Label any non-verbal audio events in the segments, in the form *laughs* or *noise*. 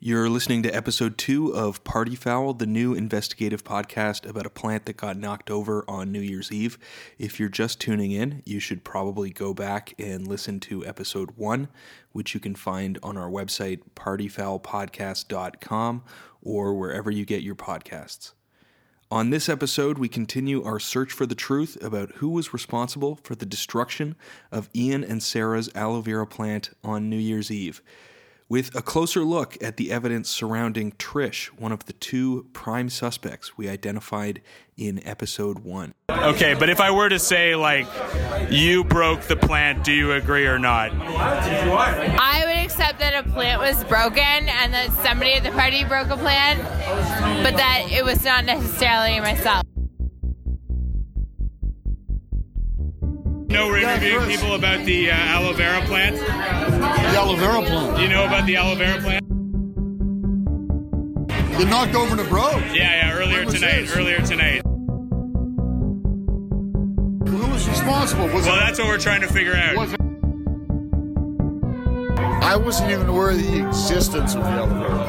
You're listening to episode two of Party Foul, the new investigative podcast about a plant that got knocked over on New Year's Eve. If you're just tuning in, you should probably go back and listen to episode one, which you can find on our website, partyfoulpodcast.com, or wherever you get your podcasts. On this episode, we continue our search for the truth about who was responsible for the destruction of Ian and Sarah's aloe vera plant on New Year's Eve, with a closer look at the evidence surrounding Trish, one of the two prime suspects we identified in episode one. Okay, but if I were to say like you broke the plant, do you agree or not? I would accept that a plant was broken and that somebody at the party broke a plant, but that it was not necessarily myself. No interviewing people about the uh, aloe vera plant. The aloe vera plant. Do you know about the aloe vera plant? It knocked over the bro. Yeah, yeah. Earlier When was tonight. this? Earlier tonight. Who was responsible? Was Well, it- that's what we're trying to figure out. was it- I wasn't even aware of the existence of the aloe vera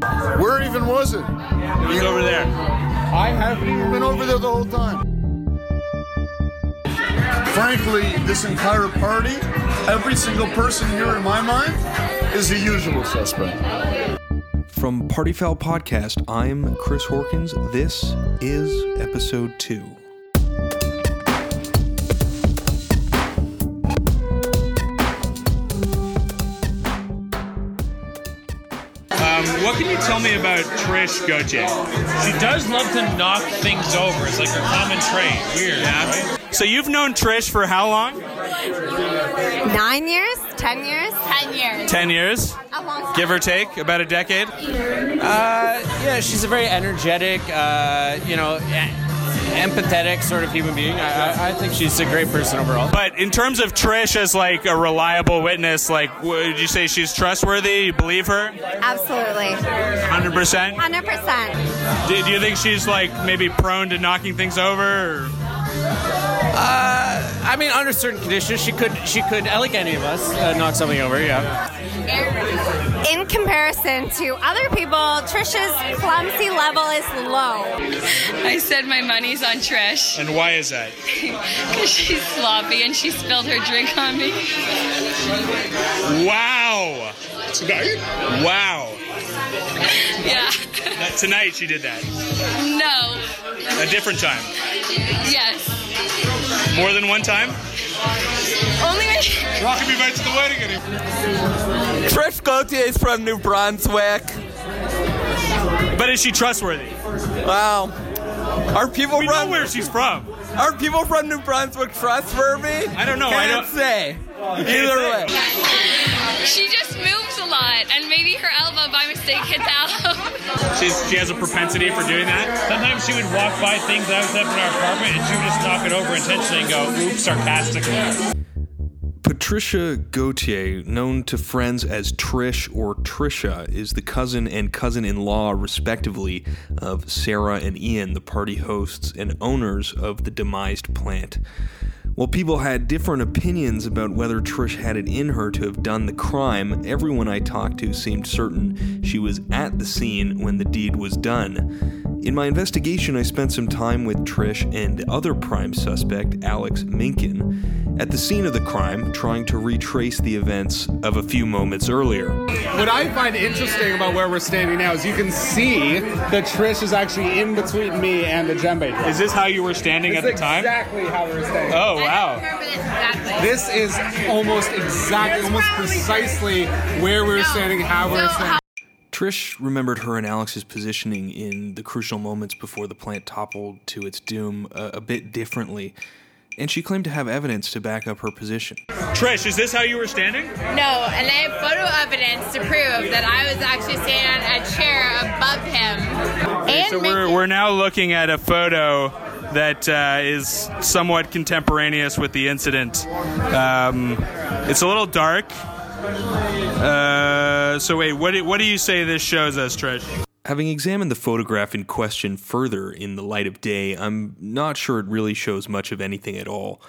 plant. Where even was it? It was over there. I haven't even been over there the whole time. Frankly, this entire party, every single person here in my mind, is the usual suspect. From Party Foul Podcast, I'm Chris Horkins. This is episode two. Um, what can you tell me about Trish Gojek? She does love to knock things over. It's like her common trait. Weird. right? So you've known Trish for how long? Nine years? Ten years? 10 years. Ten years, A long time. give or take, about a decade. Uh, Yeah, she's a very energetic, uh, you know, e- empathetic sort of human being. I, I, I think she's a great person overall. But in terms of Trish as like a reliable witness, like would you say she's trustworthy? You believe her? Absolutely. 100 percent. 100%. Do, do you think she's like maybe prone to knocking things over? Or? I mean, under certain conditions, she could, she could, like any of us, uh, knock something over. Yeah. In comparison to other people, Trisha's clumsy level is low. I said my money's on Trish *laughs* And why is that? because she's sloppy and she spilled her drink on me. Wow! Tonight? Wow! Yeah. That- tonight she did that. No. A different time. Yes. More than one time? Only when she, Welcome you back to the wedding anymore. Trish Gauthier is from New Brunswick. But is she trustworthy? Wow. Are people We know from where she's from. Are people from New Brunswick trustworthy? I don't know, I Can't don't- say. Either way. can't she just moves a lot and maybe her elbow by mistake hit the elbow. She's, she has a propensity for doing that. Sometimes she would walk by things that I was up in our apartment, and she would just knock it over intentionally and go, "Oops," sarcastically. Patricia Gauthier, known to friends as Trish or Trisha, is the cousin and cousin in law, respectively, of Sarah and Ian, the party hosts and owners of the demised plant. While people had different opinions about whether Trish had it in her to have done the crime, everyone I talked to seemed certain she was at the scene when the deed was done. In my investigation, I spent some time with Trish and the other prime suspect, Alex Minkin, at the scene of the crime, trying to retrace the events of a few moments earlier. What I find interesting about where we're standing now is you can see that Trish is actually in between me and the djembe drum. Is this how you were standing at the time? exactly how we're standing. Oh, wow. Exactly. This is almost exactly, almost precisely where we were standing, how we were No, standing. Trish remembered her and Alex's positioning in the crucial moments before the plant toppled to its doom uh, a, a bit differently, and she claimed to have evidence to back up her position. Trish, is this how you were standing? uh, No, and I have photo evidence to prove that I was actually standing on a chair above him. And So we're, making- we're now looking at a photo that uh, is somewhat contemporaneous with the incident. Um, it's a little dark. Uh, so wait, what do, what do you say this shows us, Trish? Having examined the photograph in question further in the light of day, I'm not sure it really shows much of anything at all.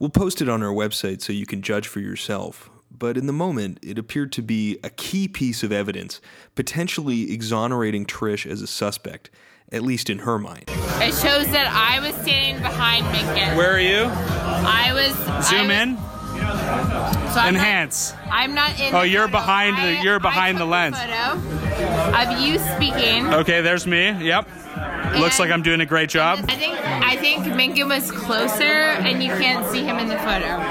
We'll post it on our website so you can judge for yourself. but in the moment, it appeared to be a key piece of evidence, potentially exonerating Trish as a suspect, at least in her mind. It shows that I was standing behind Minkus. Where are you? I was Zoom I was- in. so I'm not- Enhance. I'm not in. Oh, the you're photo. behind the- I- you're I behind the took lens. Photo of you speaking. Okay, there's me. Yep. Looks like I'm doing a great job. I think I think Minkin was closer, and you can't see him in the photo.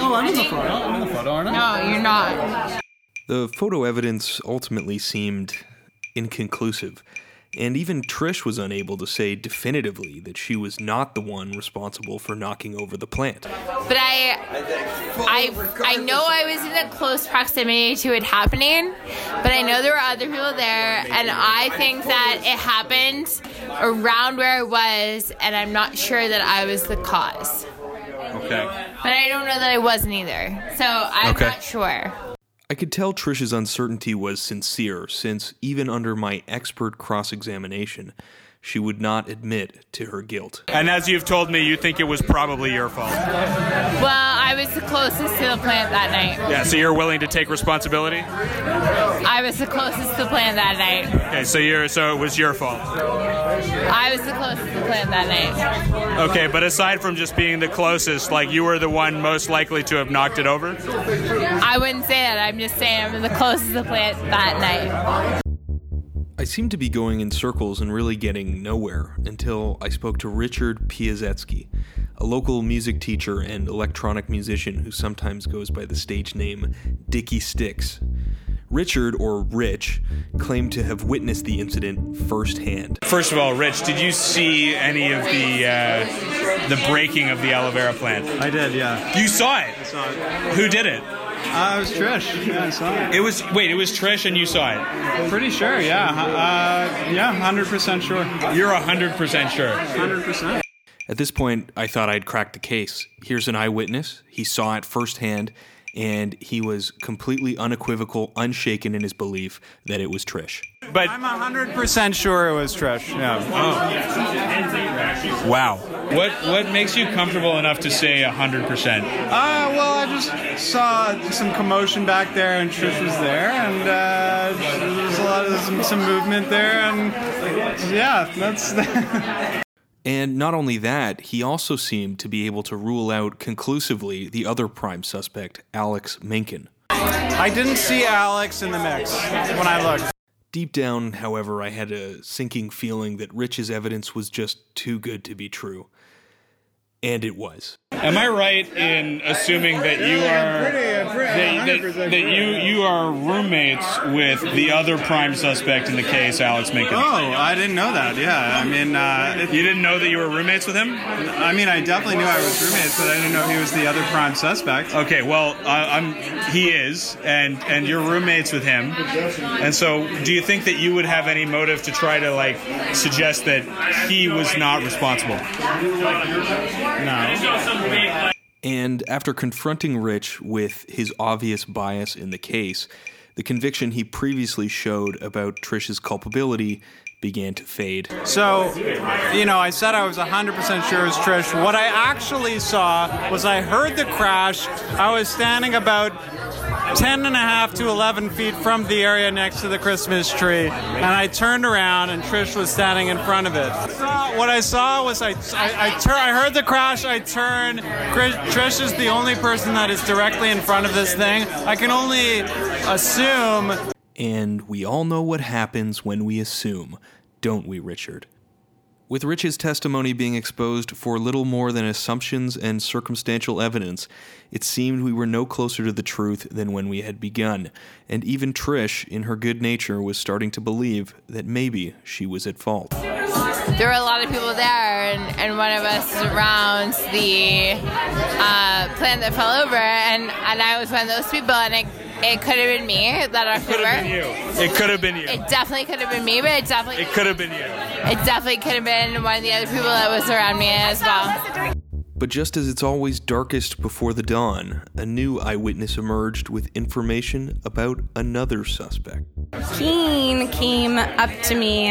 Oh, I'm in the photo. I'm in the photo, aren't I? No, you're not. The photo evidence ultimately seemed inconclusive, and even Trish was unable to say definitively that she was not the one responsible for knocking over the plant. But I, I, I know I was in a close proximity to it happening, but I know there were other people there, and I think that it happened around where I was, and I'm not sure that I was the cause. Okay. But I don't know that I wasn't either, so I'm Okay. not sure. I could tell Trish's uncertainty was sincere, since even under my expert cross examination, she would not admit to her guilt. And as you've told me, you think it was probably your fault. Well, I was the closest to the plant that night. Yeah, so you're willing to take responsibility? I was the closest to the plant that night. Okay, so you're so it was your fault. I was the closest to the plant that night. Okay, but aside from just being the closest, like you were the one most likely to have knocked it over? I wouldn't say that. I'm just saying I'm the closest to the plant that night. I seemed to be going in circles and really getting nowhere until I spoke to Richard Piasecki, a local music teacher and electronic musician who sometimes goes by the stage name Dicky Sticks. Richard, or Rich, claimed to have witnessed the incident firsthand. First of all, Rich, did you see any of the uh, the breaking of the aloe vera plant? I did, yeah. You saw it. Saw it. Who did it? Uh, it was Trish. Yeah, I saw it. It was wait, it was Trish, and you saw it. Pretty sure, yeah. Uh, yeah, 100% sure. You're hundred percent sure. 100%. At this point, I thought I'd cracked the case. Here's an eyewitness. He saw it firsthand, and he was completely unequivocal, unshaken in his belief that it was Trish. But I'm 100% sure it was Trish, yeah. wow, what what makes you comfortable enough to say hundred percent? Uh, well, I just saw some commotion back there, and Trish was there, and uh, there was a lot of some, some movement there, and yeah, that's. *laughs* And not only that, he also seemed to be able to rule out conclusively the other prime suspect, Alex Menken. I didn't see Alex in the mix when I looked. Deep down, however, I had a sinking feeling that Rich's evidence was just too good to be true. And it was. Am I right in assuming that you are that, that, that you you are roommates with the other prime suspect in the case, Alex Minkin? Oh, I didn't know that. Yeah, I mean, uh, it, You didn't know that you were roommates with him? I mean, I definitely knew I was roommates, but I didn't know he was the other prime suspect. Okay, well, I, I'm he is, and and you're roommates with him, and so do you think that you would have any motive to try to like suggest that he was not responsible? And after confronting Rich with his obvious bias in the case, the conviction he previously showed about Trish's culpability began to fade. So, you know, I said I was 100% sure it was Trish. What I actually saw was I heard the crash. I was standing about 10 and a half to 11 feet from the area next to the Christmas tree, and I turned around and Trish was standing in front of it. What I saw was I, I, I, tur- I heard the crash, I turned. Chris- Trish is the only person that is directly in front of this thing. I can only assume And we all know what happens when we assume, don't we, Richard? With Rich's testimony being exposed for little more than assumptions and circumstantial evidence, it seemed we were no closer to the truth than when we had begun, and even Trish, in her good nature, was starting to believe that maybe she was at fault. There were a lot of people there, and, and one of us was around the uh, plant that fell over, and, and I was one of those people, and it, it could have been me that October. It could have been you. It definitely could have been me, but it definitely It could have been you. it definitely could have been one of the other people that was around me as well. But just as it's always darkest before the dawn, a new eyewitness emerged with information about another suspect. Keen came up to me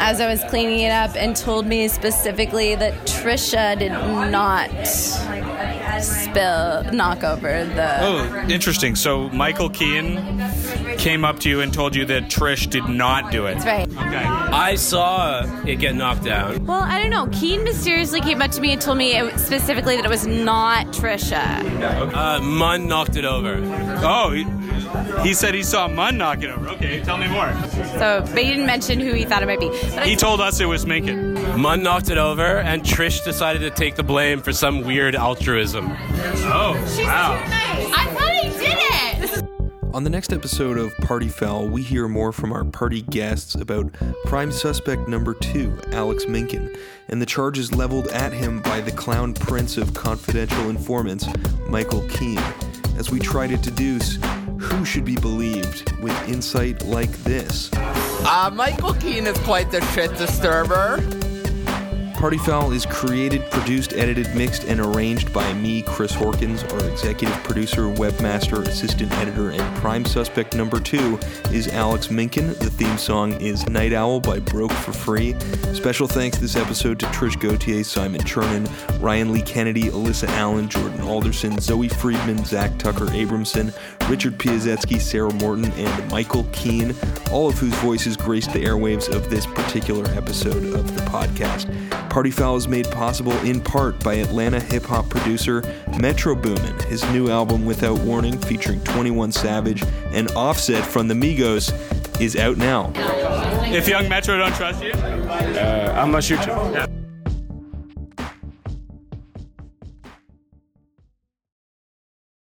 as I was cleaning it up and told me specifically that Trisha did not spill, knock over the. Oh, interesting. So Michael Keane came up to you and told you that Trish did not do it. That's right. I saw it get knocked down. Well, I don't know. Keen mysteriously came up to me and told me it, specifically that it was not Trisha. Uh, Munn knocked it over. Oh, he, he said he saw Munn knock it over. Okay, tell me more. So, but he didn't mention who he thought it might be. But He told us it was Minkin. Munn knocked it over, and Trish decided to take the blame for some weird altruism. Oh, wow. I thought he did it. This is On the next episode of Party Foul, we hear more from our party guests about prime suspect number two, Alex Minkin, and the charges leveled at him by the clown prince of confidential informants, Michael Keane, as we try to deduce who should be believed with insight like this. Uh, Michael Keane is quite the shit disturber. Party Foul is created, produced, edited, mixed, and arranged by me, Chris Horkins, our executive producer, webmaster, assistant editor, and prime suspect number two is Alex Minkin. The theme song is Night Owl by Broke for Free. Special thanks this episode to Trish Gauthier, Simon Chernin, Ryan Lee Kennedy, Alyssa Allen, Jordan Alderson, Zoe Friedman, Zach Tucker Abramson, Richard Piazetsky, Sarah Morton, and Michael Keane, all of whose voices graced the airwaves of this particular episode of the podcast. Party Foul is made possible in part by Atlanta hip hop producer Metro Boomin. His new album, Without Warning, featuring 21 Savage and Offset from the Migos, is out now. If Young Metro don't trust you, Uh, I'm not sure.